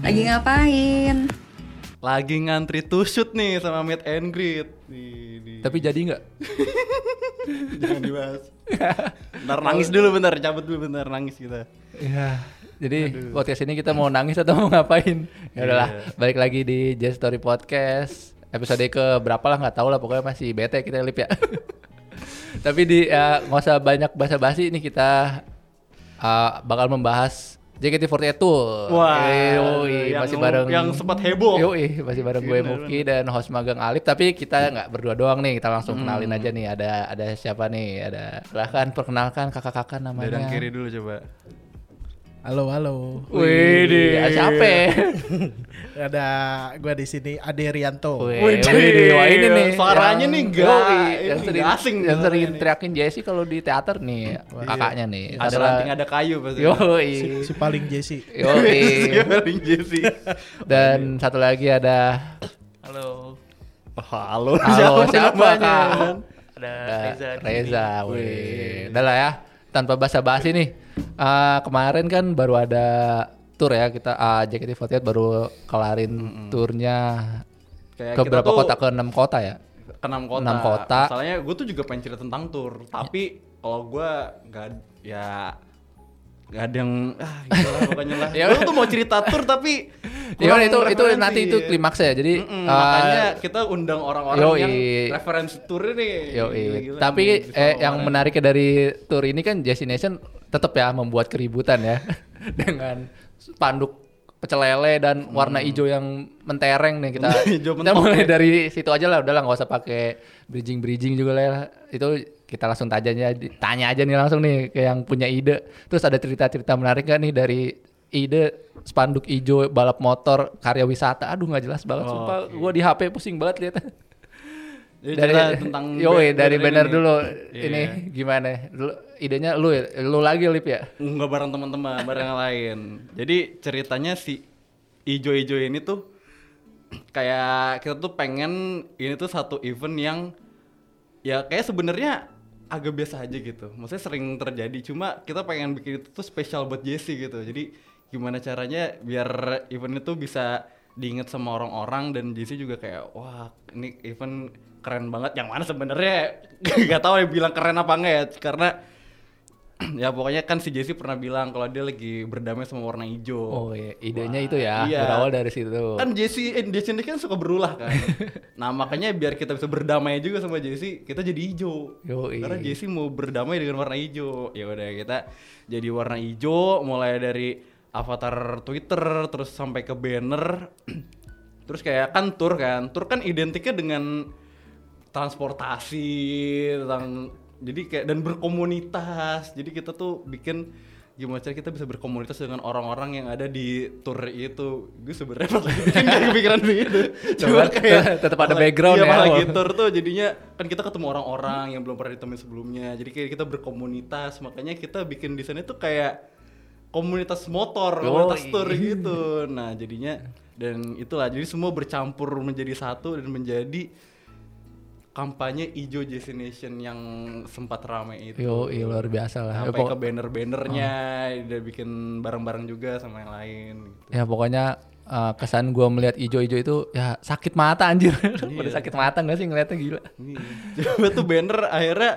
Lagi ngapain? Lagi ngantri to shoot nih sama meet and greet. Nih, nih. Tapi jadi nggak? Jangan dibahas. bentar nangis dulu bentar, cabut dulu bentar nangis kita. Iya. Jadi podcast ini kita mau nangis atau mau ngapain? Ya udahlah, Iya. balik lagi di Jazz Story Podcast episode ke berapa lah nggak tahu lah pokoknya masih bete kita lip ya. Tapi di ya, nggak usah banyak basa-basi ini kita eh, bakal membahas JKT48 Tour. Wah, Yoi, yang- masih bareng yang Iya, sempat heboh. Yoi, masih bareng gue Bener, Muki dan host magang Alif. Tapi Iya. kita nggak berdua doang nih, kita langsung Hmm. kenalin aja nih. Ada ada siapa nih? Ada silahkan perkenalkan kakak-kakak namanya. Dadang kiri dulu coba. Halo, halo. Wih, siapa? ya? Ada gua di sini Ade Rianto. Wih, Wih, wih, wah ini nih. suaranya yang- nih nggak- Yoi, ini yang nggak sering asing yang suaranya sering nih. Iya. teriakin Jesse kalau di teater nih kakaknya nih. Ada ranting ada kayu pasti. Yo, Si, si paling Jesse. yo, Paling Jesse. dan satu lagi ada Halo, Oh, halo, Halo, siapa siapa, namanya? Kak? ada Reza. Ada di Reza, sini. wih. Udah lah ya, tanpa basa-basi nih. Eh, kemarin kan baru ada tour ya kita eh, JKT48 baru kelarin turnya Kayak ke Ya, kita berapa tuh- kota ke enam kota ya. Ke enam kota. Enam kota. Masalahnya gue tuh juga pengen cerita tentang tur, tapi kalau gue nggak ya nggak ada yang ah gitu lah pokoknya lah. Ya Gua udah. tuh mau cerita tur tapi Ya kurang udah, itu itu referensi. nanti itu klimaksnya. Jadi Mm-mm, eh, makanya kita undang orang-orang yoi. yang referensi tur ini. Yo, Gila-gila tapi nih, bisa eh, yang kemarin. menariknya dari tour ini kan Destination tetap ya membuat keributan ya dengan spanduk pecel lele dan warna hijau yang mentereng nih kita. Hmm. Hijau kita mentok mulai ya. dari situ aja lah, udahlah nggak usah pakai bridging bridging juga lah. Itu kita langsung tanya aja, tanya aja nih langsung nih ke yang punya ide. Terus ada cerita-cerita menarik gak nih dari ide spanduk hijau balap motor karya wisata. Aduh nggak jelas Oh, banget, sumpah oke. gua di HP pusing banget lihat Jadi dari Ya, cerita tentang yoi, dari banner ini. dulu Iya. ini gimana Lu- idenya lu ya? lu lagi lip ya nggak bareng teman-teman bareng yang lain jadi ceritanya si ijo-ijo ini tuh kayak kita tuh pengen ini tuh satu event yang ya kayak sebenarnya agak biasa aja gitu maksudnya sering terjadi cuma kita pengen bikin itu tuh spesial buat Jesse gitu jadi gimana caranya biar event itu bisa diinget sama orang-orang dan Jesse juga kayak wah ini event keren banget yang mana sebenarnya nggak tahu ya bilang keren apa enggak ya karena ya pokoknya kan si Jesse pernah bilang kalau dia lagi berdamai sama warna hijau. oh iya idenya itu ya iya. berawal dari situ Kan Jesse eh, Jesse ini kan suka berulah kan. nah, makanya biar kita bisa berdamai juga sama Jesse, kita jadi hijau. Yoi. Karena Jesse mau berdamai dengan warna hijau. Ya udah kita jadi warna hijau mulai dari avatar Twitter terus sampai ke banner. terus kayak kan tour kan. Tour kan identiknya dengan transportasi tentang jadi kayak dan berkomunitas jadi kita tuh bikin gimana cara kita bisa berkomunitas dengan orang-orang yang ada di tour itu gue sebenarnya pas lagi bikin gak kepikiran itu Coba tetep ada malah- background iya, ya. malah lagi tour tuh jadinya kan kita ketemu orang-orang yang belum pernah ditemuin sebelumnya jadi kayak kita berkomunitas makanya kita bikin desainnya tuh kayak komunitas motor, komunitas Yoi. tour gitu. Nah, jadinya dan itulah jadi semua bercampur menjadi satu dan menjadi kampanye Ijo Destination yang sempat rame itu. yo iya, luar biasa lah ya, Sampai pokok- ke banner-bannernya, udah bikin bareng-bareng juga sama yang lain gitu. ya, pokoknya eh, kesan gua melihat ijo-ijo itu ya sakit mata anjir Iya. udah sakit mata gak sih ngeliatnya gila Coba tuh banner akhirnya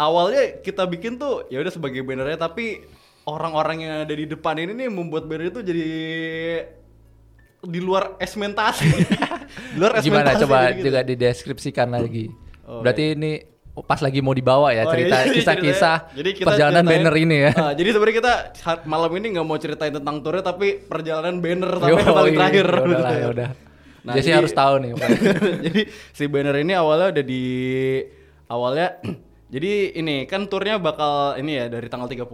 awalnya kita bikin tuh ya udah sebagai bannernya tapi orang-orang yang ada di depan ini nih membuat banner itu jadi di luar esmentasi. di luar gimana coba jadi gitu. juga dideskripsikan lagi Oh, berarti ini pas lagi mau dibawa ya Oh, cerita iya, jadi kisah-kisah ceritanya- jadi kita perjalanan ceritain- banner ini ya Ah, jadi sebenarnya kita ha- malam ini nggak mau ceritain tentang turnya tapi perjalanan banner sampai Yoi, ya ke paling terakhir. yaudah lah, yaudah. Nah, Jesse jadi- harus tahu nih pokoknya. jadi si banner ini awalnya udah di awalnya jadi ini kan turnya bakal ini ya dari tanggal 30.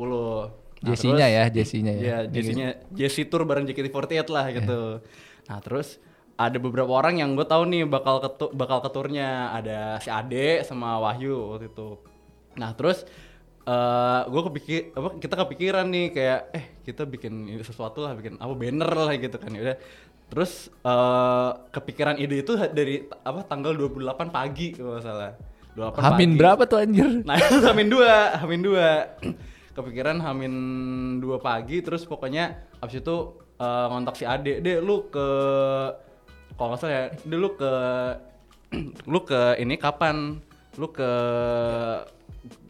Nah, terus- Jessinya ya, Jessinya ya. Iya. Iya, Jessinya Jessie tour bareng JKT48 lah gitu. Nah, terus ada beberapa orang yang gue tahu nih bakal ketu bakal keturnya ada si Ade sama Wahyu waktu itu. Nah, terus eh gue kepikir apa kita kepikiran nih kayak eh kita bikin ini sesuatu lah bikin apa banner lah gitu kan ya udah Terus eh, kepikiran ide itu dari apa tanggal 28 pagi kalau nggak salah. 28 Hamin pagi. berapa tuh anjir? Nah, itu hamin dua, hamin dua. Kepikiran hamin dua pagi, terus pokoknya abis itu eh, ngontak si Ade, deh lu ke kalau nggak salah ya, deh lu ke lu ke ini kapan? Lu ke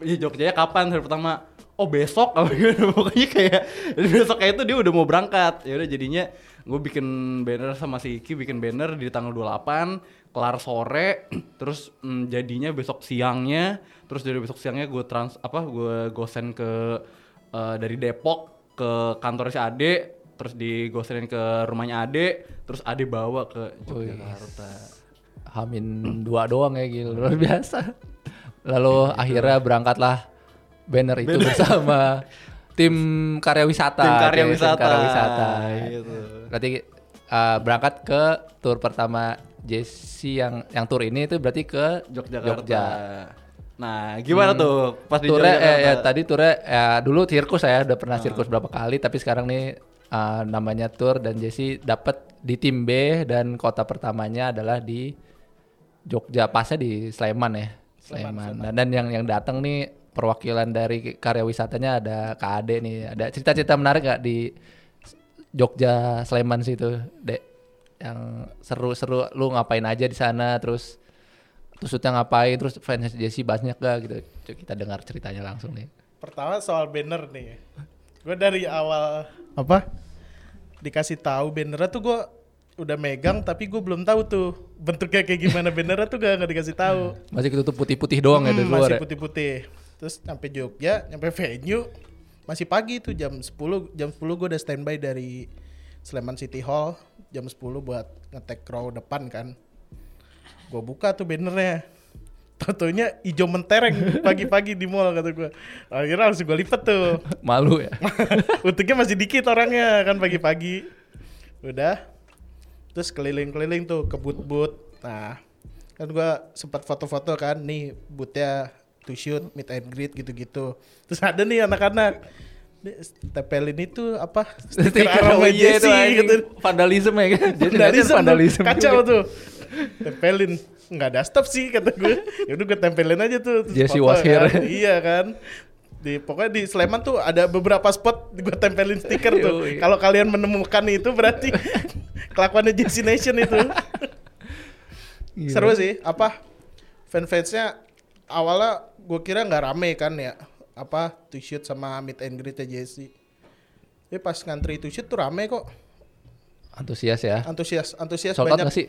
ya, Jogja kapan hari pertama? Oh besok apa gitu pokoknya kayak besok kayak itu dia udah mau berangkat ya udah jadinya gue bikin banner sama si Iki bikin banner di tanggal 28 kelar sore terus mm, jadinya besok siangnya terus dari besok siangnya gue trans apa gue gosen ke eh, dari Depok ke kantor si Ade terus digosenin ke rumahnya Ade terus Ade bawa ke Yogyakarta Hamin dua doang ya gila luar biasa. Lalu akhirnya berangkatlah Iya, gitu. banner itu bersama tim karya wisata. tim karya Oke, wisata, Tim karya wisata. gitu. Berarti uh, berangkat ke tur pertama Jesse yang yang tur ini itu berarti ke Yogyakarta Jogja. nah gimana tuh pas di Turnya eh, ya, Yogyakarta? tadi turnya ya, dulu sirkus saya udah pernah sirkus berapa kali tapi sekarang nih uh, namanya tur dan Jesse dapat di tim B dan kota pertamanya adalah di Jogja pasnya di Sleman ya Sleman, Dan, dan yang yang datang nih perwakilan dari karya wisatanya ada KAD nih ada cerita-cerita menarik nggak di Jogja Sleman situ dek yang seru-seru lu ngapain aja di sana terus Tusutnya ngapain terus fans Jesse banyak gak gitu Cuk, kita dengar ceritanya langsung nih Pertama soal banner nih. Gue dari awal apa? Dikasih tahu bannernya tuh gue udah megang tapi gue belum tahu tuh bentuknya kayak gimana bannernya tuh gak, nggak dikasih tahu. masih ketutup putih-putih doang ya dari Hmm, luar masih ya? putih-putih. Terus sampai Jogja, nyampe venue masih pagi tuh jam 10 jam 10 gue udah standby dari Sleman City Hall jam 10 buat ngetek row depan kan. Gue buka tuh bannernya. Tentunya hijau mentereng pagi-pagi di mall kata gue. Akhirnya langsung gue lipat tuh. malu ya Untungnya masih dikit orangnya kan pagi-pagi. Udah. Terus keliling-keliling tuh ke boot-boot. Nah, kan gua sempat foto-foto kan nih bootnya to shoot, meet and greet gitu-gitu. Terus ada nih anak-anak. Nih, Tempelin itu apa? Stiker OJ oh aroma iya itu Jesse anjing. gitu. vandalisme ya kan Jadi Vandalism, liatnya vandalisme kacau tuh. Tempelin nggak ada stop sih kata gue. Ya udah gue tempelin aja tuh. Terus Jesse foto was here. kan. Iya kan. Di pokoknya di Sleman tuh ada beberapa spot gue tempelin stiker tuh. Yoi. Kalau kalian menemukan itu berarti kelakuannya Jesse Nation itu. Gila. Seru sih. Apa fanfansnya awalnya gue kira nggak rame kan ya. Apa t-shirt sama meet and greet Jesse. Tapi pas ngantri t-shirt tuh rame kok. antusias ya Antusias, antusias sold out banyak. nggak sih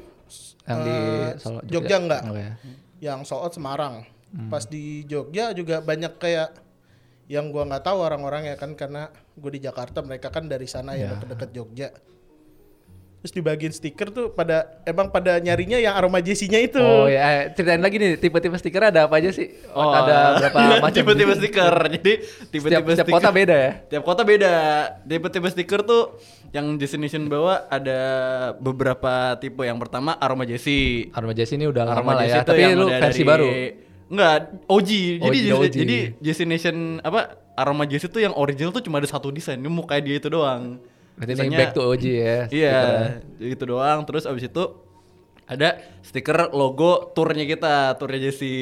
yang di Eh, Solo, Jogja nggak. Oke. yang sold out Semarang. Hmm. Pas di Jogja juga banyak kayak yang gua nggak tahu orang-orangnya kan karena gue di Jakarta mereka kan dari sana Ya. ya deket-deket Jogja. Terus dibagiin stiker tuh pada emang pada nyarinya yang aroma JC-nya itu. oh ya eh, ceritain lagi nih tipe-tipe stiker ada apa aja sih Oh, ada berapa macam gitu. tipe-tipe stiker. Jadi setiap, tipe-tipe setiap stiker. kota beda ya Tiap kota beda. Tipe-tipe stiker tuh yang destination bawa ada beberapa tipe. Yang pertama aroma Jesse. Arma Jesse ini udah lama Aroma lah Jesse ya tuh tapi yang lu udah versi dari- baru Oh, Enggak, OG. Jadi OG, Jesse- OG. jadi destination apa aroma Jesse tuh yang original tuh cuma ada satu desain. Ini mukanya dia itu doang. berarti ini Biasanya- back to OG ya stikernya. Iya, gitu doang. Terus abis itu ada stiker logo turnya kita, turnya Jesse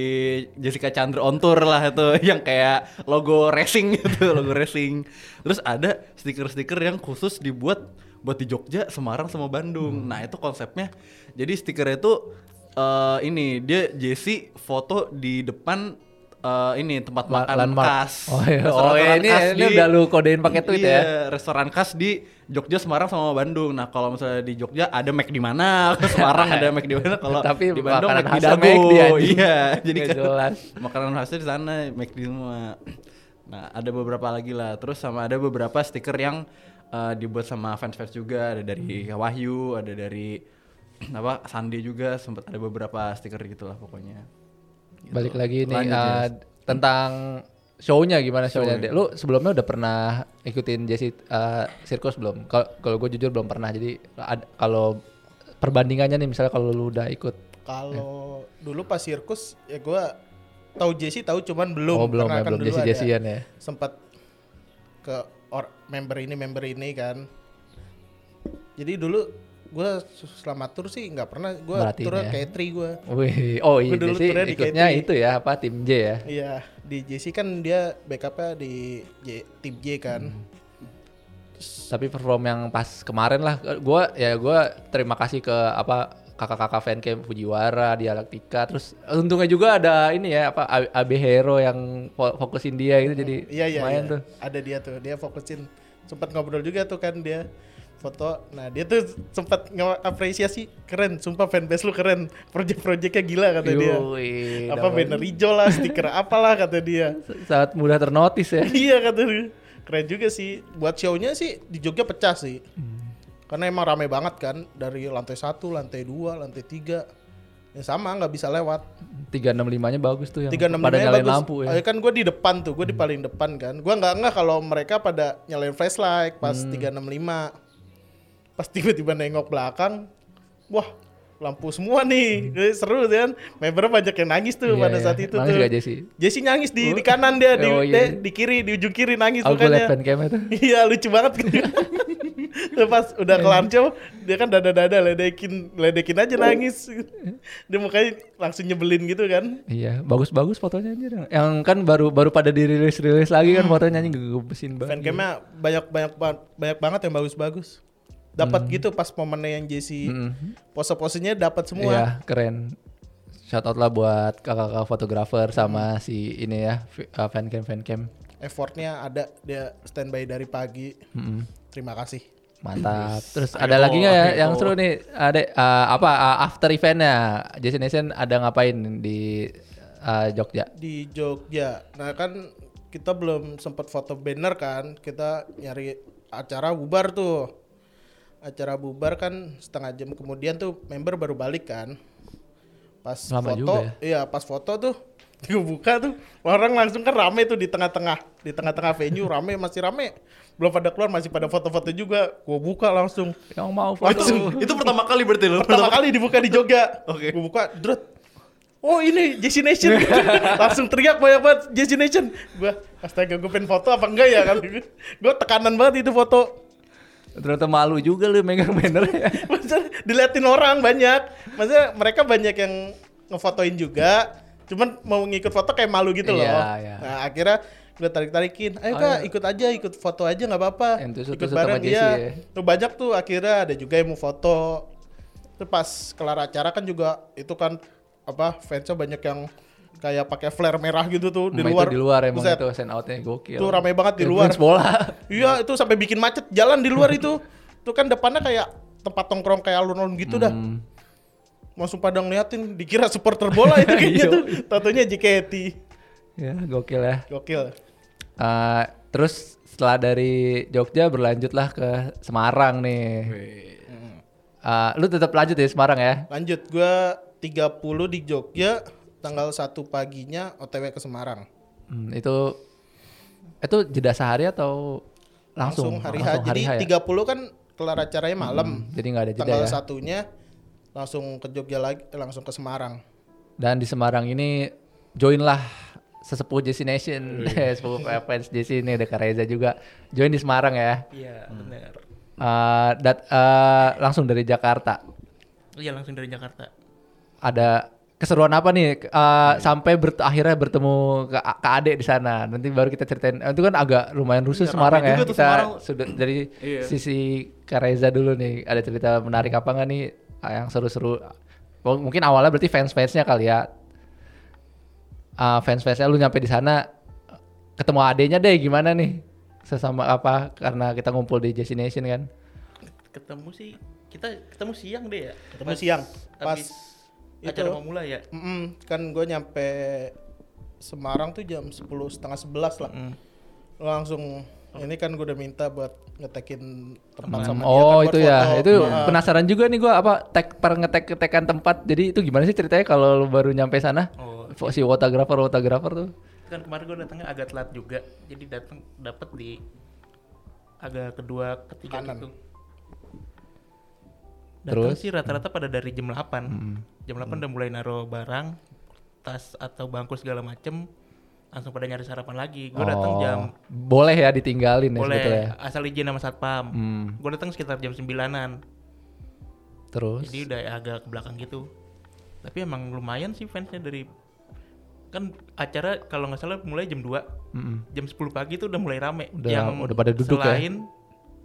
Jessica Chandra on tour lah itu yang kayak logo racing gitu, logo racing. Terus ada stiker-stiker yang khusus dibuat buat di Jogja, Semarang sama Bandung. Hmm. Nah, itu konsepnya. Jadi stikernya itu eh, ini dia Jesse foto di depan eh, ini tempat La- makan landmark. khas. Oh iya. Restoran- Oh iya, ini- khas ini udah lu kodein pakai tweet ya. Iya, restoran khas di Jogja, Semarang sama Bandung. Nah, kalau misalnya di Jogja ada Mac di mana, ke Semarang ada Mac di mana, kalau Tapi di Bandung makanan Mac di khasnya Dago. McD, anjing. Iya, jadi Nggak kan jelas. makanan khasnya di sana Mac di semua. Nah, ada beberapa lagi lah. Terus sama ada beberapa stiker yang eh, dibuat sama fans-fans juga, ada dari Wahyu, ada dari apa Sandi juga sempat ada beberapa stiker gitulah pokoknya. Gitu. Balik lagi nih Lanjut, uh, Jess. tentang show-nya gimana show-nya? Show-nya. Dek? Lu sebelumnya udah pernah ikutin Jesse uh, sirkus belum? Kalau kalau gue jujur belum pernah. Jadi ad- kalau perbandingannya nih misalnya kalau lu udah ikut Kalau dulu pas sirkus ya gua tahu Jesse tahu cuman belum oh belum karena ya kan belum dulu Jesse ada Jessian ya. sempat ke or member ini member ini kan. Jadi dulu gue selama tur sih nggak pernah gue Merhatiin turnya ya. kayak tri gue Wih, oh iya Gua dulu sih turnya di ikutnya KTI. itu ya apa tim J ya. Iya, di JC kan dia backupnya di J, tim J kan. Hmm. Tapi perform yang pas kemarin lah gua ya gua terima kasih ke apa kakak-kakak fancam Fujiwara, Dialektika, terus untungnya juga ada ini ya apa A- AB Hero yang fo- fokusin dia gitu jadi Iya iya. lumayan iya. tuh. Ada dia tuh, dia fokusin. Sempat ngobrol juga tuh kan dia foto. Nah dia tuh sempat ngapresiasi keren, sumpah fanbase lu keren. Project-projectnya gila kata dia. Yoi, dapat. Apa banner hijau lah, stiker apalah kata dia. sangat mudah ternotis ya. iya kata dia. Keren juga sih. Buat show-nya sih di Jogja pecah sih. Hmm. Karena emang rame banget kan dari lantai satu, lantai dua, lantai tiga. Ya sama nggak bisa lewat. 365-nya bagus tuh yang tiga enam pada nyalain bagus. lampu ya. Eh, kan gue di depan tuh gue di paling depan kan gue nggak nggak kalau mereka pada nyalain flashlight pas Hmm. 365 pas tiba-tiba nengok belakang wah lampu semua nih Jadi seru tuh kan member banyak yang nangis tuh Hmm. Iya, pada iya. saat itu Nangis tuh gak, Jesse? Jesse nangis di, di kanan dia di, Oh, iya. dia di kiri di ujung kiri nangis Aku liat mukanya fancamnya tuh. Iya lucu banget Terus pas udah Iya. kelar show Dia kan dada-dada ledekin Ledekin aja nangis Dia mukanya langsung nyebelin gitu kan Iya, bagus-bagus fotonya anjir. Yang kan baru baru pada dirilis-rilis lagi kan Hmm. fotonya anjing gemesin banget. Fancamnya banyak banyak ba- banyak banget yang bagus-bagus. Dapat gitu pas momennya yang JC Mm. pose-posenya dapat Iya, semua. keren. Shout out lah buat kakak-kakak fotografer sama Hmm. si ini ya, fi- uh, fancam fancam. Effortnya ada dia standby dari pagi. Mm-mm. Terima kasih. Mantap. Terus ayo, ada lagi nggak ya ayo. yang seru nih? Ada uh, apa uh, after eventnya? Jason Nation ada ngapain di uh, Jogja? Di Jogja. Nah, kan kita belum sempat foto banner kan. Kita nyari acara bubar tuh. Acara bubar kan setengah jam kemudian tuh member baru balik kan. Pas Lama foto, juga ya. iya pas foto tuh gue buka tuh orang langsung kan rame tuh di tengah-tengah di tengah-tengah venue rame masih rame belum pada keluar masih pada foto-foto juga gue buka langsung Yang mau foto. langsung itu pertama kali berarti lo pertama kali dibuka di Jogja Oke. gue buka drut oh ini Jesse Nation langsung teriak banyak banget Jesse Nation gue astaga gue pengen foto apa enggak ya kan gue tekanan banget itu foto Ternyata malu juga lu megang banner ya. Maksudnya diliatin orang banyak. Maksudnya mereka banyak yang ngefotoin juga. Cuman mau ngikut foto kayak malu gitu loh. Iya, iya. Nah akhirnya gue tarik-tarikin. Ayo Oh, kak iya. ikut aja, ikut foto aja nggak apa-apa. Yang tusuk-tusuk Ikut sama bareng Jesse iya. ya. Tuh banyak tuh akhirnya ada juga yang mau foto. Terus pas kelar acara kan juga itu kan apa fansnya banyak yang kayak pakai flare merah gitu tuh di Cuma Itu luar. di luar emang Buset. itu send outnya gokil. Itu rame banget di Kayak luar. fans bola. Iya itu sampai bikin macet jalan di luar itu. Itu kan depannya kayak tempat tongkrong kayak alun-alun gitu dah. Hmm. Langsung pada ngeliatin dikira supporter bola itu gitu. kayaknya Iya. tuh. Tatonya JKT. Ya, gokil ya. Gokil. Eh, terus setelah dari Jogja berlanjutlah ke Semarang nih. Eh, lu tetap lanjut ya Semarang ya? Lanjut gua 30 di Jogja tanggal 1 paginya OTW ke Semarang. Hmm, itu itu jeda sehari atau langsung Langsung hari H. Jadi H ya? 30 kan kelar acaranya malam. Jadi nggak ada jeda Tanggal ya. satunya langsung ke Jogja lagi eh, langsung ke Semarang. Dan di Semarang ini join lah sesepuh Jesse Nation, sesepuh fans Jesse ini ada Kak Reza juga. Join di Semarang ya. Iya, benar. Eh, dat- eh, langsung dari Jakarta. Iya, langsung dari Jakarta. Iya. ada keseruan apa nih eh, sampai bert- akhirnya bertemu ke, ke adek di sana nanti baru kita ceritain Eh, itu kan agak lumayan rusuh Iya, Semarang ramai ya juga tuh kita Semarang. sudah dari Iya. sisi Kareza dulu nih ada cerita menarik apa nggak nih eh, yang seru-seru Oh, mungkin awalnya berarti fans-fansnya kali ya Ah, fans-fansnya lu nyampe di sana ketemu adeknya deh gimana nih sesama apa karena kita ngumpul di Destination kan Ketemu sih kita ketemu siang deh ya. Ketemu siang. Pas habis itu. acara mau mulai ya. Mm-mm, kan gue nyampe Semarang tuh jam sepuluh setengah sebelas lah. Hmm. Mm. Langsung ini kan gue udah minta buat ngetekin tempat sama dia kan Oh buat itu ya, foto. itu Iya. Nah, penasaran juga nih gua apa tag per ngetek ketekan tempat. Jadi itu gimana sih ceritanya kalau lu baru nyampe sana? Oh, Fo- Si fotografer fotografer tuh. kan kemarin gue datangnya agak telat juga. Jadi datang dapet di agak kedua ketiga Kanan. gitu. Datang Terus? sih rata-rata pada dari jam 8. Hmm. Jam 8 udah mulai naro barang, tas atau bangku segala macem langsung pada nyari sarapan lagi. Gue datang Oh, jam boleh ya ditinggalin ya boleh sebetulnya. asal izin sama satpam. Hmm. Gue datang sekitar jam 9-an. Terus jadi udah agak ke belakang gitu tapi emang lumayan sih fansnya dari kan acara kalau nggak salah mulai jam 2 Mm-mm. jam 10 pagi tuh udah mulai rame Udah- udah pada duduk ya? selain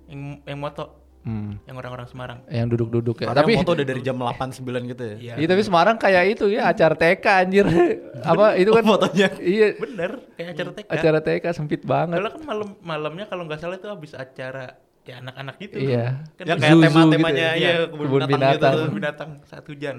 yang yang moto Hmm. yang orang-orang Semarang yang duduk-duduk ya. Karena Tapi foto udah dari jam 8 9 gitu ya. iya Iya, tapi Semarang kayak itu ya acara TK anjir. Apa itu kan Fotonya. Iya, bener kayak acara TK acara TK sempit banget. Soalnya kan malam malamnya kalau nggak salah itu habis acara ya anak-anak gitu Iya. kan Ya kan kayak Zoo-zoo tema-temanya gitu ya. iya, Iya. kebun, Kebun binatang, binatang. gitu. binatang satu jam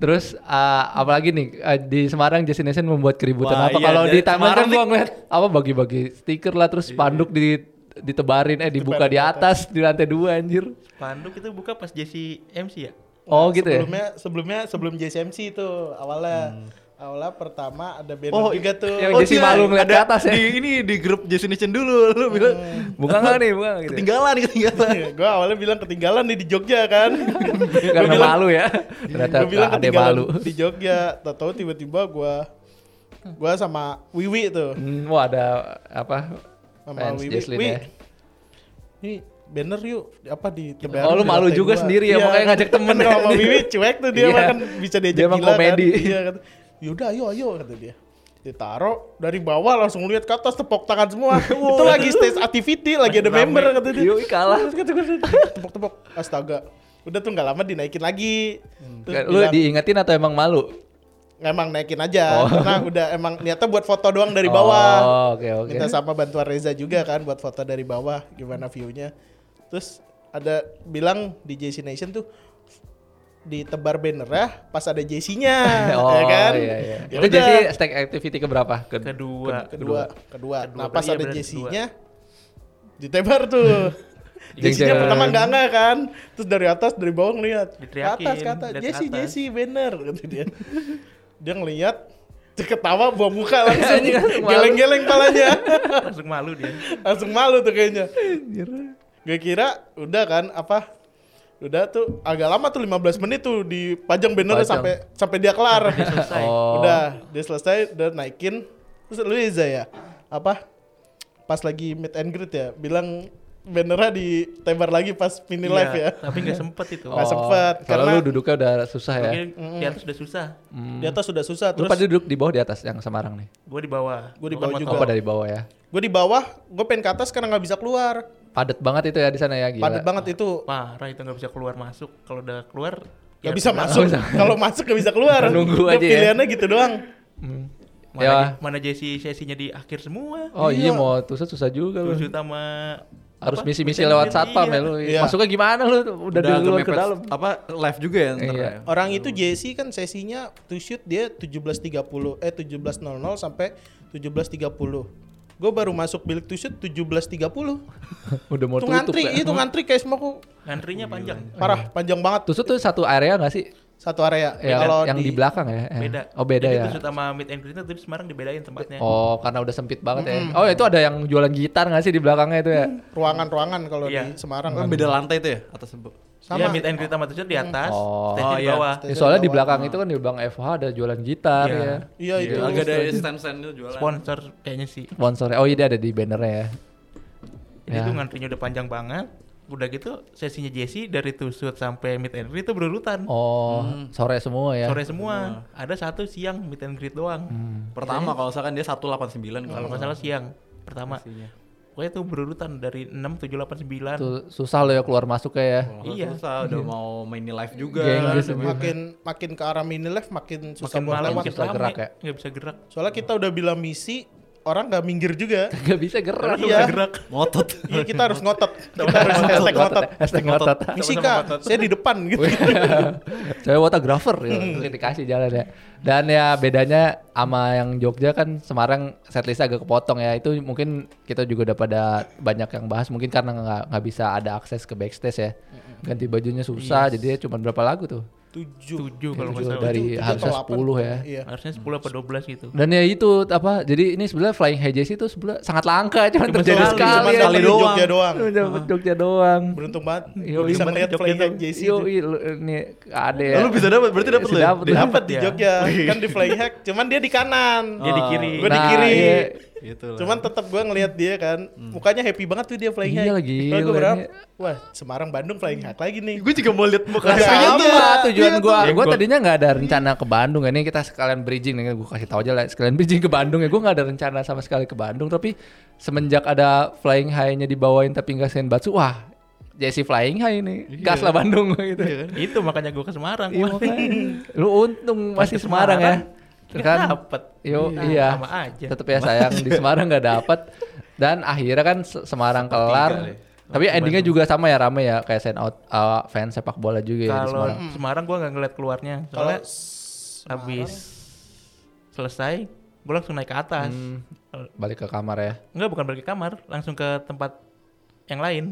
Terus eh, apalagi nih eh, di Semarang Destination membuat keributan Wah, apa iya, kalau dari di taman kan Semarang gua nih. ngeliat apa bagi-bagi stiker lah terus spanduk di ditebarin eh dibuka di atas di lantai dua anjir. panduk itu buka pas Jesse MC ya Oh Nah, gitu ya. Hmm. sebelumnya, Sebelumnya sebelum JSMC itu awalnya awalnya pertama ada banner Oh, juga tuh. yang Jesse iya, malu ngeliat ada ke atas ya. Oh, iya. Di ini di grup Destination dulu lu bilang Buka nggak nih, buka nggak gitu. ketinggalan ketinggalan. iya. gue awalnya bilang ketinggalan nih di Jogja kan. Karena malu ya. Ternyata gue bilang ada ketinggalan malu. di Jogja. Tahu tiba-tiba gue gue sama Wiwi tuh. Hmm, wah ada apa? Sama Fans Wiwi. Jesslyn Wi. ya. Ini banner yuk apa di tebar. Oh, lu malu juga sendiri ya, makanya ngajak temen. kan sama Wiwi cuek tuh dia Iya. makan bisa diajak Dia emang gila komedi. kan. Iya kata. Yaudah ayo ayo kata dia. Ditaro dari bawah langsung lihat ke atas tepok tangan semua. Itu lagi stage activity lagi ada member kata dia. Yoi kalah. Tepok-tepok. Astaga. Udah tuh nggak lama dinaikin lagi. Terus Hmm. Lu bilang, diingetin atau emang malu? emang naikin aja. Oh. Karena udah emang niatnya buat foto doang dari Oh, bawah. oke oke. Minta sama bantuan Reza juga kan buat foto dari bawah gimana view-nya. Terus ada bilang di JC Nation tuh ditebar banner ya pas ada JC-nya Oh, ya kan. iya iya. Ya Itu udah, jadi stack activity ke berapa? Ke kedua kedua, kedua. Nah, Kedua, pas iya ada benar, JC-nya ditebar tuh. JC-nya Jeng-jeng. pertama enggak enggak kan. Terus dari atas dari bawah ngeliat ke Diteriakin, atas kata dari JC atas." JC banner gitu dia. dia ngeliat dia ketawa buah muka langsung Anjing, langsung malu. geleng-geleng palanya. langsung malu dia langsung malu tuh kayaknya gue kira udah kan apa udah tuh agak lama tuh 15 menit tuh dipajang bannernya Dipajang. sampai sampai dia kelar selesai Oh. udah dia selesai udah naikin terus lu Reza ya apa pas lagi meet and greet ya bilang bannernya ditebar lagi pas mini Iya, live ya Oh, iya. tapi nggak sempet itu Nggak sempet, Oh. Kalau karena- lu duduknya udah susah ya. mungkin di atas udah susah di atas sudah susah Lu terus pada duduk di bawah di atas yang Semarang nih. gue di bawah Gua di Gua kan bawah motor. Oh, Juga. pada di bawah ya. gue di bawah gue pengen ke atas karena nggak bisa keluar Padat banget itu ya di sana ya gila. padat banget itu parah itu nggak bisa keluar masuk kalau udah keluar ya nggak bisa masuk kalau masuk nggak bisa keluar Nunggu Udah aja ya. pilihannya gitu doang Hmm. mana, Ya. Je- mana Jesse sesinya di akhir semua Oh iya, Iya. mau tusut susah juga lu. terus utama Harus apa? misi-misi Meeting lewat greet, satpam iya. ya lu. Iya. Masuknya gimana lu? Udah, di luar ke kepepet- dalam. Apa live juga ya ntar Iya. ya? Orang itu JC kan sesinya to shoot dia 17.30 eh 17.00 sampai 17.30. Gue baru masuk bilik to shoot 17.30. Udah mau Iya. Itu tutup ngantri, ya. itu ngantri kayak semua aku ngantrinya panjang parah panjang banget Tusut tuh satu area gak sih? satu area. Ya, Kalau yang di, di, belakang ya. Eh. beda Oh beda Jadi ya. Tusut sama meet and greet tuh di Semarang dibedain tempatnya Oh, karena udah sempit banget ya. Oh, itu ada yang jualan gitar gak sih di belakangnya itu ya? ruangan-ruangan kalau Iya. di Semarang. Kan beda lantai itu ya atas bu. Sama. Iya, meet and greet sama Tusut di atas Oh. stage-nya Oh, di iya. bawah Ya, soalnya di belakang itu kan di belakang FH ada jualan gitar Iya. ya. Iya itu. Agak ada stand-stand itu jualan. sponsor kayaknya sih Sponsornya. Oh iya dia ada di bannernya ya. jadi Ya. tuh ngantrinya udah panjang banget udah gitu sesinya Jesse dari Tusut sampai meet and greet tuh berurutan Oh, sore semua ya. sore semua ada satu siang meet and greet doang Hmm. Pertama kalau misalkan dia 189 kalau kalau Iya. nggak salah siang pertama Pastinya. pokoknya tuh berurutan dari 6, 7, 8, 9 Tuh susah lo ya keluar masuk ya. Iya. Iya. Susah udah mau mini live juga. Gengges Udah- makin makin ke arah mini live makin susah makin buat malam lewat. makin susah rame, gerak ya. nggak bisa gerak Soalnya kita udah bilang misi, orang nggak minggir juga. Gak bisa gerak. Nggak Iya. bisa gerak Ngotot. Iya kita harus ngotot. Kita harus hashtag ngotot. Hashtag ngotot. Misi kak, saya di depan gitu. Saya fotografer ya, terus dikasih jalan ya. Dan ya bedanya sama yang Jogja kan Semarang setlist agak kepotong ya. Itu mungkin kita juga udah pada banyak yang bahas mungkin karena nggak nggak bisa ada akses ke backstage ya. Ganti bajunya susah, jadi ya cuma berapa lagu tuh? Tujuh. 7 kalau Tujuh nggak salah dari Tujuh atau Iya, harusnya delapan. 10 ya. Iya. harusnya 10 apa 12 gitu Dan ya itu apa? Jadi ini sebenarnya flying hedges itu sebenarnya sangat langka cuma terjadi Betul, sekali. cuman ya. dapat di doang. Jogja doang. Cuma dapat Jogja doang. Beruntung banget Yo, bisa iya, melihat Jogja flying tuh. hand JC Yo, iya. tuh. ini ada ya. Lu bisa dapat berarti dapat Bisa lu. ya? Dia- dapat, dapat. Oh, iya. Dapat di Jogja, kan di flying hack, cuman dia di kanan. dia di kiri Gua di Nah, kiri. iya. Itulah. Cuman tetap gue ngelihat dia kan, mukanya happy banget tuh dia flying Iya high. lagi, Kalau gue lu berharap, liatnya. wah Semarang Bandung flying high lagi nih. gue juga mau lihat muka Rasanya Sama, tuh ya, tujuan gua. iya tuh. Gua Iya, gua- tadinya nggak ada rencana ke Bandung. Ini kita sekalian bridging nih, gua kasih tahu aja lah. Sekalian bridging ke Bandung ya. Gua nggak ada rencana sama sekali ke Bandung. Tapi semenjak ada flying high-nya dibawain tapi nggak Senbatsu, wah Jesse flying high ini. Gas lah Bandung gitu. Nah, itu makanya gue ke Semarang Iya, makanya. Lu untung masih Ke Semarang ya. nggak Kan dapet Yo, Nah, iya. sama aja Tetap ya sayang di Semarang nggak dapat. Dan akhirnya kan Se- Semarang kelar. kali. Tapi endingnya juga sama ya rame ya kayak send out uh, fans sepak bola juga ya di kalau Semarang. Semarang gue nggak ngeliat keluarnya Kalau soalnya habis selesai gue langsung naik ke atas Hmm. Balik ke kamar ya. enggak bukan balik ke kamar langsung ke tempat yang lain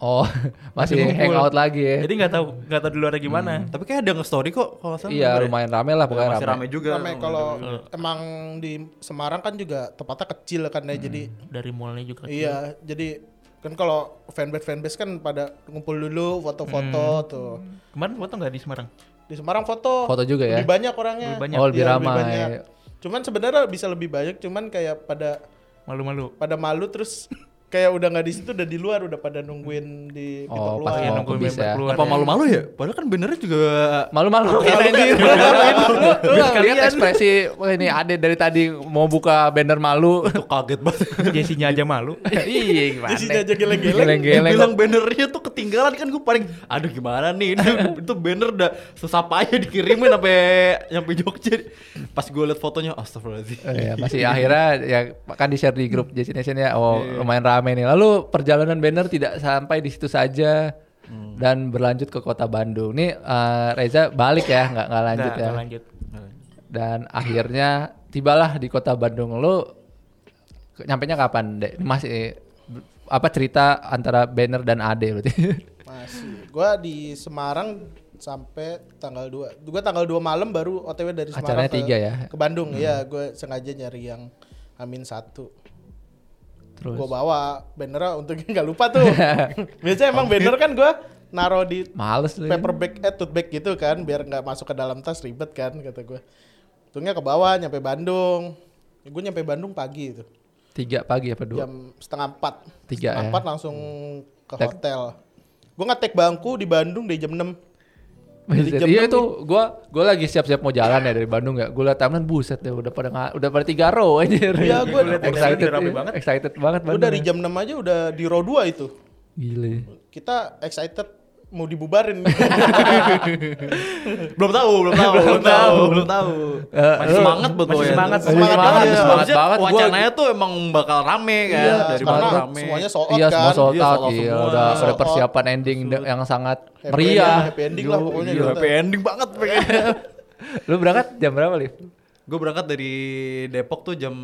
Oh, masih Masih ngumpul. hangout lagi ya. jadi nggak tahu nggak tahu di luarnya gimana Hmm. Tapi kayak ada nge-story kok kalau nggak salah. iya, Bener ya? lumayan rame lah pokoknya Masih rame. rame juga. Rame kalau emang di Semarang kan juga tempatnya kecil kan ya jadi dari mallnya juga iya jadi kan kalau fanbase fanbase kan pada ngumpul dulu foto-foto tuh kemarin foto nggak di Semarang di Semarang foto Foto juga ya? lebih banyak orangnya Lebih banyak. Oh, lebih Iya, ramai. banyak. cuman sebenarnya bisa lebih banyak cuman kayak pada malu-malu pada malu terus kayak udah nggak di situ udah di luar udah pada nungguin di pintu Oh, pas keluar Iya, mau nungguin kebis member ya. keluar Apa ya. malu-malu ya? Padahal kan benernya juga Malu-malu kirain diri. Lu nggak lihat ekspresi wah ini Ade dari tadi mau buka banner malu. tuh kaget banget. Jessinya aja malu Iya, gimana? Jessinya aja geleng-geleng. Geleng-geleng. Dibilang bannernya tuh ketinggalan kan gue paling aduh gimana nih itu, itu banner udah sesapa aja dikirimin sampai nyampe Jogja. Pas gue liat fotonya astagfirullahaladzim. Oh, iya, masih akhirnya ya kan di share di grup Jason Nation ya. Oh, lumayan rame nih. Lalu perjalanan banner tidak sampai di situ saja dan berlanjut ke kota Bandung. Nih eh, Reza balik ya, nggak nggak lanjut Nggak, ya. nggak lanjut Dan akhirnya tibalah di kota Bandung. Lu nyampe nya kapan, Dek? Masih apa cerita antara banner dan Ade berarti? Masih. Gua di Semarang sampai tanggal 2. Gua tanggal 2 malam baru OTW dari Semarang Acaranya ke, tiga ya? ke Bandung. Iya, gue sengaja nyari yang Amin satu. Terus Gue bawa banner untuk nggak lupa tuh. Biasanya emang banner kan gue naro di males lu. ya. paper bag eh tote bag gitu kan biar nggak masuk ke dalam tas ribet kan kata gue. Untungnya ke bawah nyampe Bandung. Gue nyampe Bandung pagi itu Tiga pagi apa dua? jam setengah empat Tiga, setengah ya. empat langsung ke Tek. hotel gue ngetek bangku di Bandung dari jam 6 Dari jam Iya enam ya. itu gua gua lagi siap-siap mau jalan ya dari Bandung ya. Gua liat timeline buset deh udah pada nga- udah pada tiga row anjir. Iya, gua liat timeline excited udah rame iya, banget. Excited banget gue Bandung. dari ya. jam 6 aja udah di row 2 itu gile. kita excited mau dibubarin Belum tahu, belum tahu, belum tahu, belum tahu. Masih semangat buat masih gua ya. semangat, Tuh. Semangat, semangat banget, semangat gitu semangat banget. banget. Gua- Wacananya tuh emang bakal rame kan Iya, dari karena bakal rame. semuanya sold out Iya kan semua sold Iya, out sold out iya, semua. udah Sold udah out. persiapan ending de- yang sangat Happy ending, meriah. happy ending lah Gila, pokoknya gitu. Iya, happy ending banget pengen. Lu berangkat jam berapa, Liv? gue berangkat dari Depok tuh jam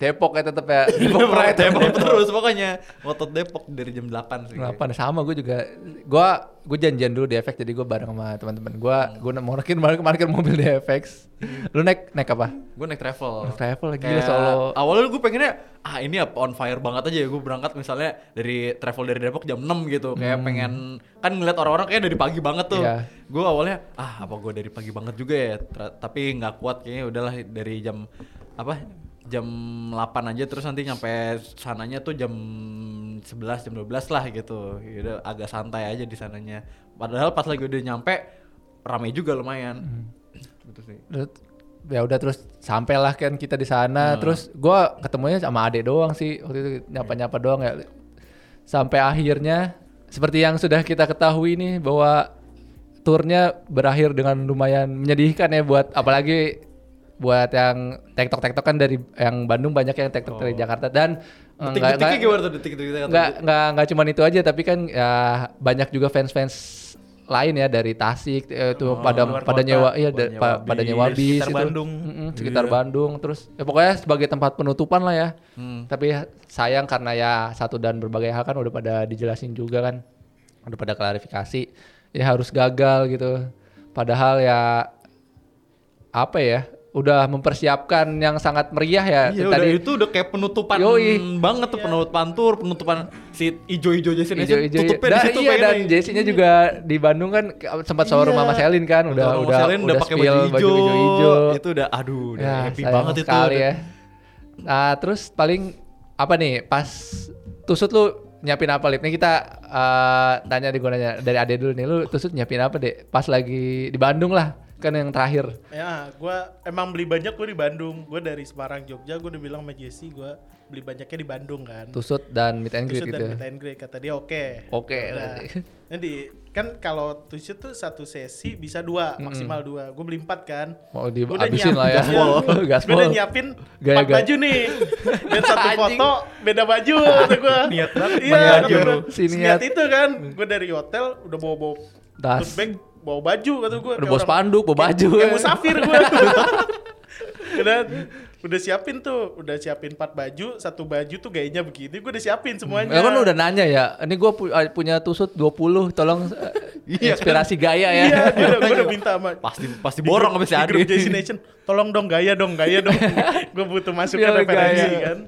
Depok ya tetep ya. Depok Depok, Pride. terus pokoknya ngotot Depok dari jam 8 sih. Kenapa? Nah, Sama gue juga. Gua gue janjian dulu di FX jadi gue bareng sama teman-teman. Gua gua mau parkir parkir mobil di FX. Lu naik naik apa? Gue naik travel. Naik travel lagi, Kayak gila, Solo. Awalnya gue pengennya ah ini apa on fire banget aja ya gue berangkat misalnya dari travel dari Depok jam 6 gitu. Kayak pengen kan ngeliat orang-orang kayak dari pagi banget tuh. Hmm. Iya. Gue awalnya ah apa gue dari pagi banget juga ya. Tra- tapi nggak kuat kayaknya udahlah dari jam apa jam 8 aja terus nanti nyampe sananya tuh jam 11 jam 12 lah gitu. Yaudah agak santai aja di sananya. Padahal pas lagi udah nyampe rame juga lumayan. Hmm. Gitu sih. Terus- ya udah terus sampailah kan kita di sana terus gua ketemunya sama Ade doang sih waktu itu nyapa-nyapa doang ya sampai akhirnya seperti yang sudah kita ketahui nih bahwa turnya berakhir dengan lumayan menyedihkan ya buat apalagi buat yang tektok tektok kan dari yang Bandung banyak yang tektok dari Jakarta dan Detik-detiknya enggak- enggak- gimana tuh detik-detiknya? Eh, nggak nggak nggak cuman itu aja tapi kan ya banyak juga fans fans lain ya dari Tasik eh, itu pada luar pada kota. nyewa Oh, iya Pada da- nyewa pa- bis, Iya. pada nyewa bis sekitar itu. Bandung. Mm-mm, sekitar Bandung terus ya pokoknya sebagai tempat penutupan lah ya Hmm. tapi sayang karena ya satu dan berbagai hal kan udah pada dijelasin juga kan udah pada klarifikasi ya harus gagal gitu padahal ya apa ya udah mempersiapkan yang sangat meriah ya Iya udah itu udah kayak penutupan Yoi. banget tuh penutupan tur, penutupan si ijo-ijonya sini Ijo, ijo, tutupnya dan, di situ iya, dan pengennya. Jesse-nya juga di Bandung kan ke- sempat sama rumah Mas Helin kan udah Orang udah Selin udah pakai spill baju ijo-ijo. Itu udah aduh udah happy sayang banget itu. sekali udah. ya. Ah, terus paling apa nih pas tusut lu nyiapin apa lip? Nih kita eh, tanya di gua nanya dari Ade dulu nih lu tusut nyiapin apa deh? Pas lagi di Bandung lah kan yang terakhir. Ya, gua emang beli banyak gue di Bandung. Gue dari Semarang, Jogja. Gue udah bilang sama Jesse gue beli banyaknya di Bandung kan. Tusut dan meet and greet Tusut dan gitu. meet and greet. kata dia oke. Oke, Ya udah. berarti. Nanti kan kalau tusut tuh satu sesi bisa dua, maksimal dua. Gue beli empat kan. Mau di- Gua udah abisin nyiap- lah ya. Iya. Gaspol. Gua udah nyiapin Gaya- empat gaya. baju nih. Dan satu foto beda baju kata gue. Niat banget. Iya, Niat kata gua. baju. Si niat. Seniat itu kan. Gue dari hotel udah bawa-bawa Tas. tote bag, bawa baju kata gue. Udah bawa spanduk, bawa baju. Kayak musafir gue. udah, udah siapin tuh, udah siapin empat baju, satu baju tuh gayanya begini, gue udah siapin semuanya. Ya kan lu udah nanya ya, ini gue punya tusut 20, tolong eh, inspirasi gaya ya. Iya, gue udah, gua udah minta sama Pasti pasti borong sama si di grup Adi. Jazzy Nation, tolong dong gaya dong, gaya dong. gue butuh masukan Biar referensi gaya. kan.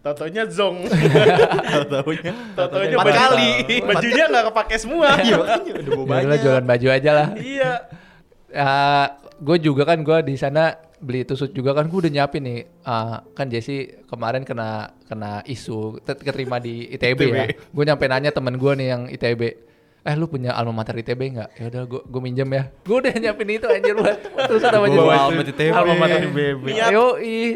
Tatonya zong. Tahunya. Tatonya Empat baju, kali. bajunya nggak kepake semua. Iya, makanya udah bawa Ya udah lah, banyak. jualan baju aja lah. iya. gue juga kan gue di sana beli tusut juga kan gue udah nyiapin nih Eh, kan Jesse kemarin kena kena isu ter- keterima di ITB ya gue nyampe nanya temen gue nih yang ITB eh lu punya alma mater ITB nggak ya udah gue gue minjem ya gue udah nyiapin itu anjir buat terus ada Gua baju bawa alma ITB. alma mater ITB. yo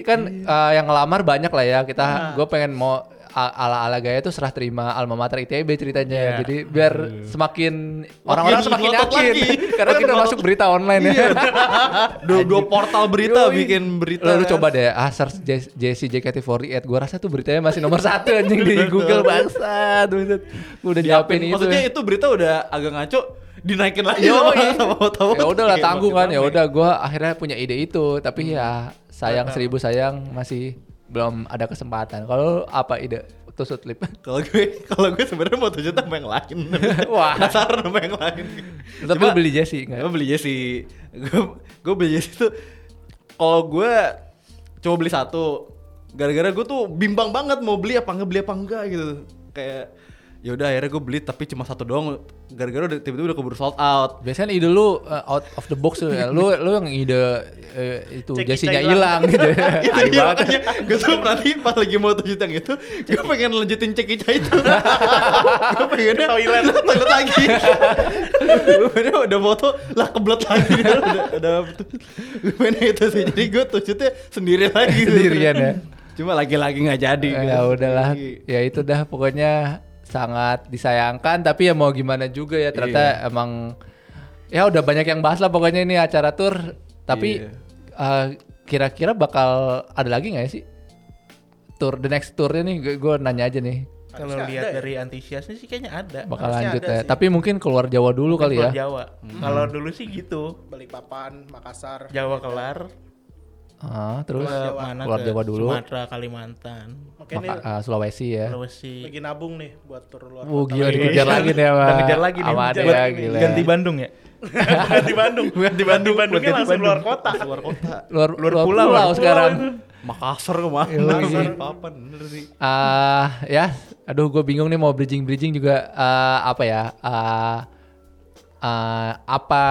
kan eh, yang ngelamar banyak lah ya Iya. kita gue pengen mau ala ala gaya tuh serah terima alma mater ITB ceritanya Iya. jadi biar semakin orang-orang Makin semakin ngotot yakin lagi. karena kita masuk berita online ya Dua, dua portal berita bikin berita. Lo, lu coba deh ah, search J- JC JKT48 Gua rasa tuh beritanya masih nomor satu anjing di Google bangsa tuh udah nyiapin itu ya. Maksudnya itu berita udah agak ngaco dinaikin lagi Yo, sama iya. sama wartawan. ya udah lah Kayak tanggung makin kan Iya, ya rame. Hmm. udah gua akhirnya punya ide itu tapi ya sayang Nah. seribu sayang masih belum ada kesempatan kalau lu apa ide tusut lip Kalau gue kalau gue sebenarnya mau tujuh sama yang lain. Wah. Penasaran sama yang lain. Tetep lu beli jersey nggak? Gue beli jersey. Gue gue beli jersey tuh kalau gue coba beli satu gara-gara gue tuh bimbang banget mau beli apa enggak beli apa enggak gitu. Kayak ya udah akhirnya gue beli tapi cuma satu doang gara-gara udah tiba-tiba udah keburu sold out. biasanya ide lu uh, out of the box tuh ya. lu lu yang ide eh, itu Cek jersey-nya kita hilang. hilang gitu itu Tai dia banget. Iya, makanya gue tuh nanti pas lagi mau tujuh yang itu gue pengen lanjutin cek Ica itu gue pengen Toilet. toilet lagi gue pengen udah foto lah kebelet lagi udah udah gue pengen itu sih jadi gue tujuhnya sendiri lagi Sendirian ya. cuma lagi-lagi nggak jadi Eh, gitu. ya udahlah Jadi, ya itu dah pokoknya sangat disayangkan tapi ya mau gimana juga ya ternyata emang ya udah banyak yang bahas lah pokoknya ini acara tur tapi Iya. eh, kira-kira bakal ada lagi nggak ya sih tour the next tournya nih gue nanya aja nih Kalau Harusnya lihat ada ya? dari antusiasnya sih kayaknya ada. bakal Harusnya lanjut ada ya sih. tapi mungkin keluar Jawa dulu kali ya Pulau Jawa. Kalau dulu sih gitu. Balik papan, Makassar. Jawa kelar, ah, terus ke Jawa. mana Keluar ke Jawa dulu. Sumatera, Kalimantan, Maka- Makanya ah, Sulawesi ya Sulawesi. lagi nabung nih buat tur luar Wuh Oh, kota. gila Iya. dikejar lagi nih sama Udah ngejar lagi nih. sama Ade Buat ya, gila. Ganti Bandung ya? Bukan di Bandung. Bukan di Bandung. Bandungnya Bukan di langsung Bandung. luar kota. luar kota luar, Luar luar pulau, pulau, luar pulau sekarang itu. Makassar kemana Iya. sih papan bener sih Ah ya, aduh gue bingung nih mau bridging bridging juga eh, apa ya? eh eh, apa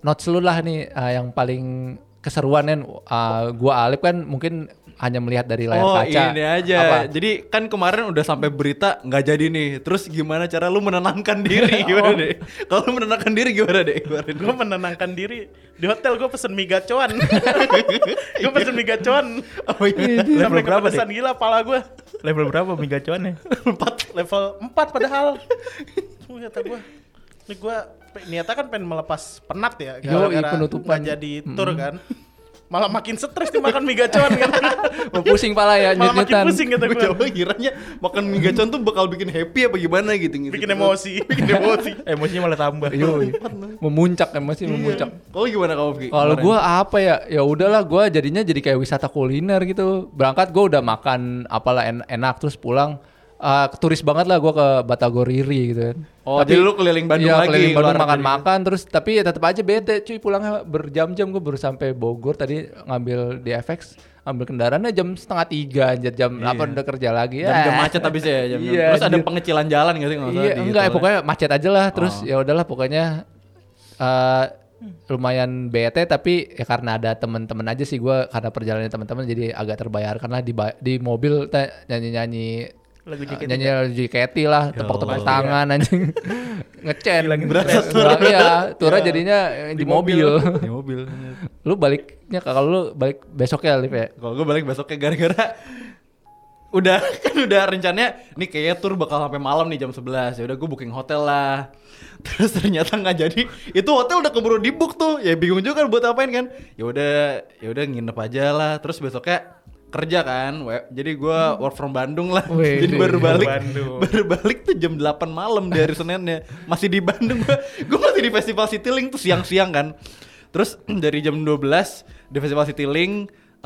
notes lu lah nih eh, yang paling keseruan kan eh, gua Alip kan mungkin hanya melihat dari layar oh, kaca. ini aja. Apa? Jadi kan kemarin udah sampai berita nggak jadi nih. Terus gimana cara lu menenangkan diri gimana deh? Kalau lu menenangkan diri gimana deh? Kemarin Gue menenangkan diri di hotel gue pesen mie gacoan. gue pesen mie gacoan. Oh iya. Sampai Level berapa deh? kepedesan gila pala gue. Level berapa migacuannya? Empat level empat padahal. Cuma kata gue, ini gue niatnya kan pengen melepas penat ya. Yoi, gara-gara penutupan. nggak jadi tur kan. Malah makin stres nih makan mie gacoan kan. Oh, pusing pala ya Malah makin nyut-nyutan. pusing kata Gue gue. coba kiranya makan mie gacon tuh bakal bikin happy apa gimana gitu. Bikin emosi. Bikin emosi. Emosinya malah tambah. Yoi. memuncak emosi memuncak. Iya. Kalau gimana kamu Vicky? Kalau Kemarin? gua apa ya? Ya udahlah gua jadinya jadi kayak wisata kuliner gitu. Berangkat gua udah makan apalah en- enak terus pulang eh, turis banget lah gua ke Batagoriri gitu kan. Oh, jadi lu keliling Bandung iya, lagi, keliling keluar Bandung negeri. makan-makan terus tapi ya tetap aja bete cuy pulangnya berjam-jam gua baru sampai Bogor tadi ngambil di FX ambil kendaraannya jam setengah tiga anjir jam apa udah kerja lagi ya. Iya. jam-jam macet habis ya. Jam Iya, Terus ada anjir. pengecilan jalan nggak sih? nggak salah Iya, di enggak ya, tolnya? pokoknya macet aja lah. Terus ya udahlah pokoknya eh lumayan bete tapi ya karena ada teman-teman aja sih gue karena perjalanan teman-teman jadi agak terbayarkan lah di ba- di mobil teh nyanyi-nyanyi Lagu ya? eh, JKT. nyanyi JKT lah tepok-tepok tangan anjing Ya Iya. ngecen Hilangin Nah, stres. iya tura jadinya eh, di, mobil, di mobil. lu baliknya kalau lu balik besok ya Liv ya Kalau gue balik besoknya gara-gara udah kan udah rencananya nih kayaknya tur bakal sampai malam nih jam 11 ya udah gue booking hotel lah terus ternyata nggak jadi itu hotel udah keburu di book tuh ya bingung juga kan buat apain kan ya udah ya udah nginep aja lah terus besoknya kerja kan we- jadi gue work from Bandung lah Wih, jadi baru from balik Bandung. baru balik tuh jam 8 malam dari Seninnya masih di Bandung gue gue masih di Festival Citylink tuh siang-siang kan terus dari jam 12 di Festival Citylink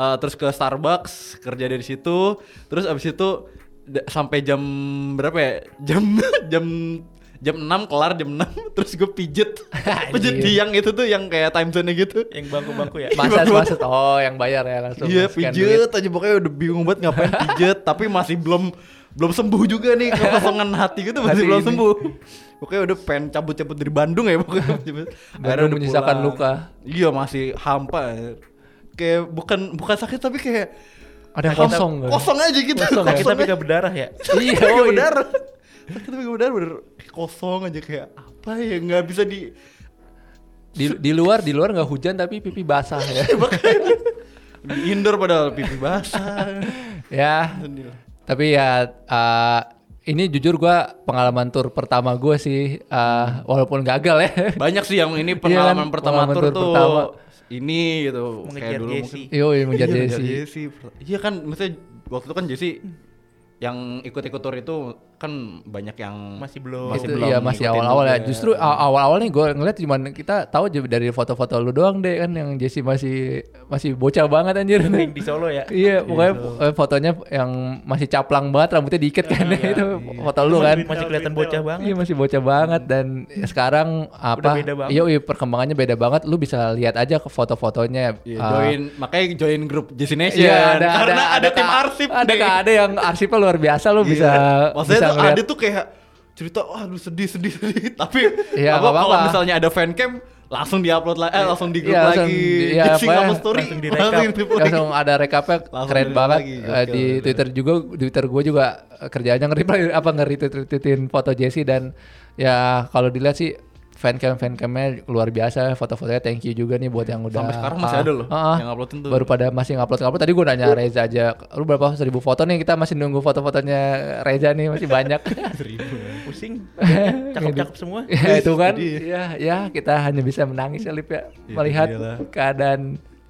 eh, terus ke Starbucks kerja dari situ terus abis itu da- sampai jam berapa ya jam jam jam 6 kelar jam 6 terus gue pijet pijet di yang itu tuh yang kayak time zone gitu yang bangku-bangku ya. Maset, maset. Oh, yang bayar ya langsung. Iya scan pijet aja pokoknya udah bingung banget ngapain pijet tapi masih belum belum sembuh juga nih kekosongan hati gitu masih Hati belum ini. sembuh. Pokoknya udah pengen cabut-cabut dari Bandung ya pokoknya. Cabut. Akhirnya Bandung udah menyisakan pulang. luka. Iya masih hampa. Kayak bukan bukan sakit tapi kayak Ada yang hampa- kosong kan? Kosong aja gitu. Kosong ya? Sakit tapi aja. gak berdarah ya. Iya, Tapi oh, gak iya. berdarah. Sakit tapi gak berdarah bener kosong aja kayak apa ya nggak bisa di Di, di luar, di luar nggak hujan tapi pipi basah ya. di indoor padahal pipi basah. ya, tapi ya eh, ini jujur gua pengalaman tour pertama gua sih, eh, walaupun gagal ya. banyak sih yang ini kan, pengalaman pertama pengalaman tur tur tuh pertama. ini gitu kayak Mengejar dulu Jesse. mungkin Yo, menjadi Mengejar sih. Jesse. iya kan maksudnya waktu itu kan Jesse Hmm. yang ikut-ikut tur itu kan banyak yang Masih belum. Masih Itu belum iya masih ngikutin awal-awal ya. juga. Justru aw- awal-awal nih gua ngeliat cuman kita tahu aja dari foto-foto lu doang deh kan yang Jesse masih masih bocah banget anjir. Yang di Solo ya. Iya, pokoknya eh, fotonya yang masih caplang banget, rambutnya diikat kan itu foto lu kan. Masih kelihatan bocah banget. Iya masih bocah banget dan Iya. sekarang apa? beda banget. Iya, iya, perkembangannya beda banget. Lu bisa lihat aja ke foto-fotonya. Iya, Ah, join makanya join grup Jesse Nation iya, karena ada, tim ka- arsip Ada nih. ka- ada yang arsipnya luar biasa lu Iya. bisa maksudnya bisa tuh ngeliat. ada tuh kayak cerita wah aduh sedih sedih sedih tapi Iya, apa, nggak kalau apa-apa. misalnya ada fancam langsung diupload lagi eh langsung di grup Iya, langsung lagi di- iya, Jesse apa- ngupload story langsung direkap. di-upload lagi. langsung ada rekapnya Langsung keren dilihat banget lagi, Eh, gokil, di bener. Twitter juga di Twitter gue juga eh, kerjaannya nge-reply apa nge-retweet-retweetin foto Jesse dan ya kalau dilihat sih fancam fancamnya luar biasa foto-fotonya thank you juga nih buat yang udah Sampai sekarang masih ah, ada loh ah, ah. yang uploadin tuh. baru pada masih ngupload ngupload tadi gue nanya Reza aja lu berapa seribu foto nih kita masih nunggu foto-fotonya Reza nih masih banyak Iya. Pusing. Cakep-cakep semua. ya itu kan Jadi- Iya, ya ya kita hanya bisa menangis ya Lip ya melihat iyalah. keadaan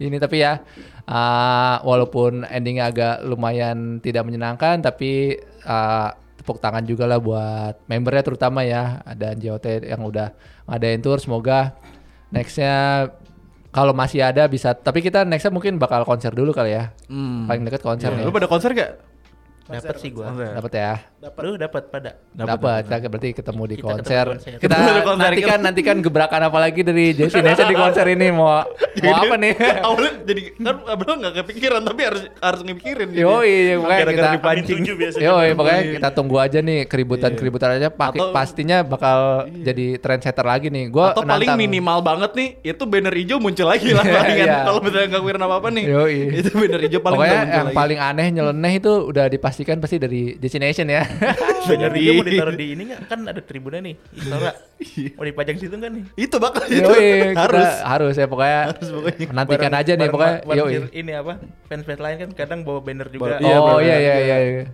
ini tapi ya uh, walaupun endingnya agak lumayan tidak menyenangkan tapi uh, tepuk tangan juga lah buat membernya terutama ya ada JOT yang udah ngadain tour semoga nextnya kalau masih ada bisa tapi kita nextnya mungkin bakal konser dulu kali ya Hmm. paling dekat konser Iya, nih lu pada konser gak? Dapat sih gua. dapat ya Lu dapat pada. Dapat, kita berarti ketemu di Kita konser. ketemu di konser. Kita Ketemu di konser. nantikan nantikan kan gebrakan apa lagi dari Jesse Nation di konser ini mau mau apa nih? Awalnya jadi kan abang nggak kepikiran tapi harus harus ngepikirin. gitu. Yo, iya, pokoknya Gara-gara kita dipancing. Yo, pokoknya kita tunggu aja nih keributan-keributan aja pake- Atau- Iya. pastinya bakal jadi trendsetter lagi nih. Gua Atau paling nantang. minimal banget nih itu banner hijau muncul lagi lah Iya, palingan iya. kalau misalnya nggak kepikiran apa apa nih. Yoi. Itu banner hijau paling pokoknya udah muncul yang lagi. paling aneh nyeleneh itu udah dipastikan pasti dari Destination ya. Banner hijau mau ditaruh di ini nggak? Kan ada tribunnya nih. Istora. Iya. Mau dipajang situ kan nih? itu bakal itu Yoi, kita harus. harus ya pokoknya. Harus pokoknya. Nantikan Bareng- aja nih bareng- pokoknya. bareng Yoi. Ini apa? Fans-fans lain kan kadang bawa banner juga. Iya, Oh bener. iya iya iya. iya.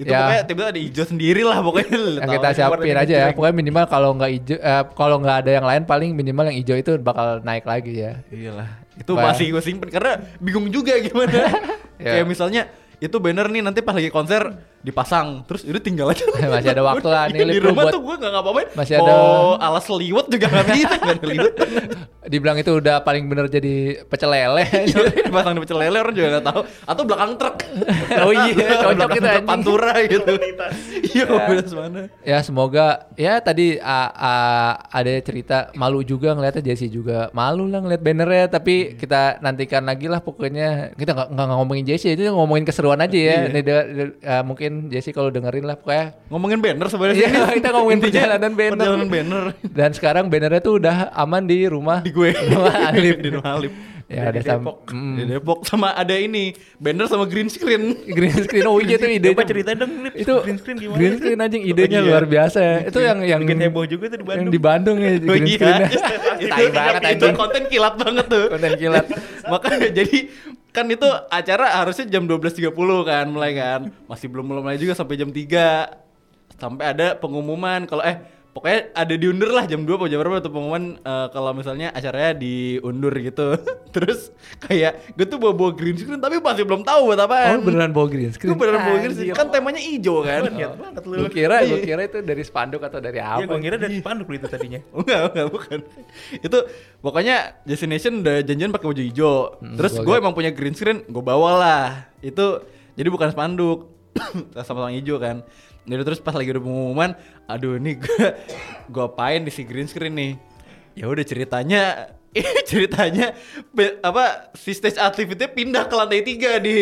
Itu pokoknya tiba-tiba ada hijau sendiri lah pokoknya. lu yang tahu. kita siapin warnanya aja ya jelek. pokoknya minimal kalau nggak hijau eh, kalau nggak ada yang lain paling minimal yang hijau itu bakal naik lagi ya Iyalah, itu Wah. masih gue simpen karena bingung juga gimana. Ya. Kayak misalnya itu banner nih nanti pas lagi konser dipasang, terus udah tinggal aja. Iya, Masih ada waktu lah, nih, di Lip, lu rumah buat- tuh gue nggak ngapa-ngapain. Masih Mau ada- alas liwet juga nggak bisa, nggak ada liwet. dibilang itu udah paling bener jadi pecel lele dipasang di pecel lele orang juga nggak tahu. Atau belakang truk. Oh iya, cocok Belakang kita, truk anjing. Pantura gitu. Iya, komunitas mana? ya semoga ya tadi ah, ah, ada cerita malu juga ngeliatnya Jesse juga malu lah ngeliat bannernya Hmm. tapi kita Iya. nantikan lagi lah pokoknya kita nggak nggak ngomongin Jesse itu ngomongin keseruan aja ya Ini dia- dia, ah, mungkin mungkin Jesse kalau dengerin lah pokoknya Ngomongin banner sebenarnya Iya, sih. kita ngomongin Intinya perjalanan banner. Perjalanan banner dan sekarang bannernya tuh udah aman di rumah di gue. rumah Alif di rumah Alif. ya Di ada sam Depok. Mm. Di Depok sama ada ini, banner sama green screen. green screen oh iya itu ide Coba ceritain dong Lip, itu green screen gimana? green screen anjing idenya iya. luar biasa ya. itu yang yang bikin heboh juga tuh di Bandung. yang di Bandung ya Oh green iya. screen Itu- tai banget Itu anjing konten kilat banget tuh. konten kilat Makanya jadi kan itu acara harusnya jam 12.30 kan mulai kan. Masih belum mulai juga sampai jam 3. Sampai ada pengumuman kalau eh pokoknya ada diundur lah jam 2 atau jam berapa tuh pengumuman eh, kalau misalnya acaranya diundur gitu. Terus kayak gue tuh bawa-bawa green screen tapi masih belum tahu buat oh apaan. beneran bawa green Gue screen beneran bawa green Anjir. screen kan temanya hijau kan. Lihat banget lu. Gua kira gua kira itu dari spanduk atau dari Iya, Ya apa gue kira dari panduk lu itu tadinya. Enggak, enggak bukan. Itu pokoknya Destination udah janjian pakai baju hijau. Terus gua gue liat. emang punya green screen, gue bawa lah. Itu jadi bukan spanduk. sama-sama hijau kan. Jadi terus pas lagi udah pengumuman, aduh ini gue gue apain di si green screen nih. Ya udah ceritanya ceritanya be- apa si stage activity pindah ke lantai tiga di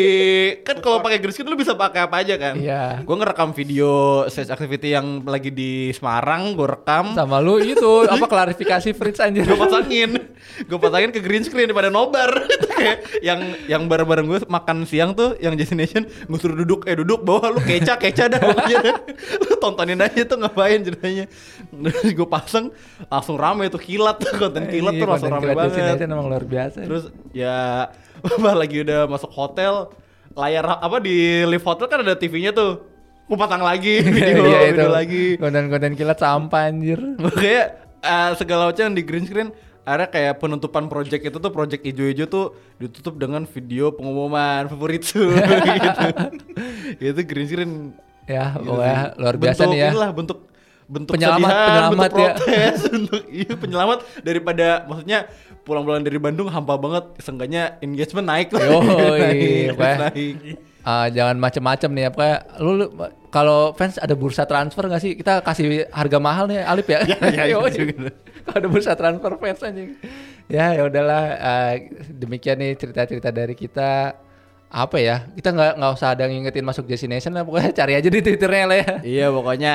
kan kalau pakai green screen lu bisa pakai apa aja kan Iya. gue ngerekam video stage activity yang lagi di Semarang gue rekam sama lu itu apa klarifikasi Fritz anjir gue pasangin gue pasangin ke green screen daripada nobar Kayak yang yang bareng bareng gue makan siang tuh yang destination gue suruh duduk eh duduk bawah lu keca keca dah pokoknya lu tontonin aja tuh ngapain ceritanya terus gue pasang langsung rame tuh kilat tuh konten kilat Iya, tuh langsung konten rame kilat banget Destination emang luar biasa terus ya pas lagi udah masuk hotel layar apa di live hotel kan ada TV-nya tuh gue pasang lagi video Iya, itu. video lagi konten-konten kilat sampah anjir Makanya eh, segala macam yang di green screen ada kayak penutupan project itu tuh project ijo-ijo tuh ditutup dengan video pengumuman favorit gitu. itu green screen. ya Gitu pokoknya sih. luar biasa bentuk, nih ya inilah, bentuk bentuk Penyelamat- sedihan, penyelamat bentuk ya. protes, bentuk iya, penyelamat daripada maksudnya pulang-pulang dari Bandung hampa banget, seenggaknya engagement naik lah. Yoi, Naik, weh. naik. Ah, jangan macem-macem nih ya pokoknya lu, lu- kalau fans ada bursa transfer nggak sih kita kasih harga mahal nih Alip ya iya, iya Yoi. juga. Kalau ada bursa transfer fans anjing ya ya udahlah ah, demikian nih cerita-cerita dari kita apa ya kita nggak nggak usah ada ngingetin masuk destination lah pokoknya cari aja di twitternya lah ya Iya pokoknya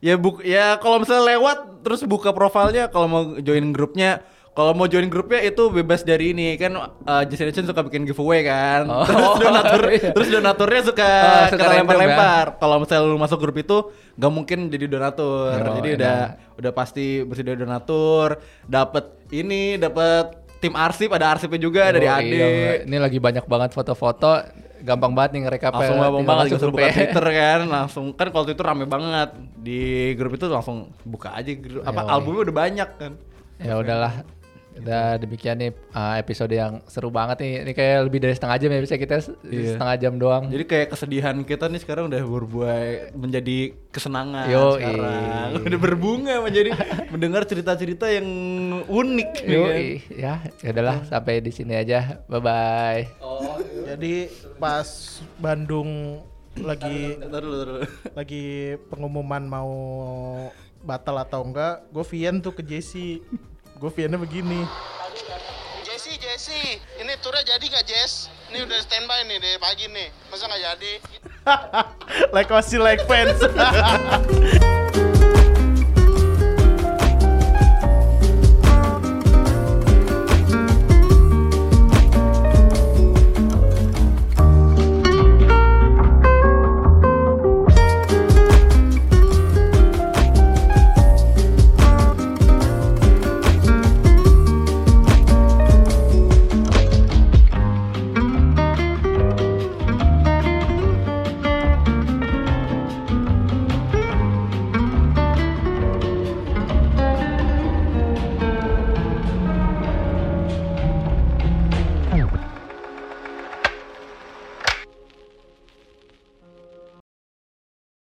ya buk ya kalau misalnya lewat terus buka profilnya kalau mau join grupnya kalau mau join grupnya itu bebas dari ini kan uh, Destination suka bikin giveaway kan Oh, terus donatur iya. terus donaturnya suka Oh, suka suka random lempar-lempar kalau misalnya lu masuk grup itu nggak mungkin jadi donatur Oh, jadi enak. udah udah pasti bersih dari donatur dapat ini dapat tim arsip ada arsipnya juga dari Oh, Ade iya, ini lagi banyak banget foto-foto gampang banget nih ngerekap langsung ngomong banget juga suruh buka ya. Twitter kan langsung kan kalau Twitter rame banget di grup itu langsung buka aja grup apa Yoi. albumnya udah banyak kan ya udahlah gitu. udah demikian nih uh, episode yang seru banget nih ini kayak lebih dari setengah jam ya bisa kita se- Iya. setengah jam doang jadi kayak kesedihan kita nih sekarang udah berbuah menjadi kesenangan Yoi. sekarang udah berbunga menjadi mendengar cerita-cerita yang unik nih Yoi, kan. ya ya udahlah Iya. sampai di sini aja bye bye Jadi pas Bandung lagi Ntar dulu, ntar dulu. lagi pengumuman mau batal atau enggak, gue Vian tuh ke Jesse. Gue Viennya begini. Jesse, Jesse, ini turnya jadi gak Jess? Ini udah standby nih dari pagi nih, masa gak jadi? like Osi like fans.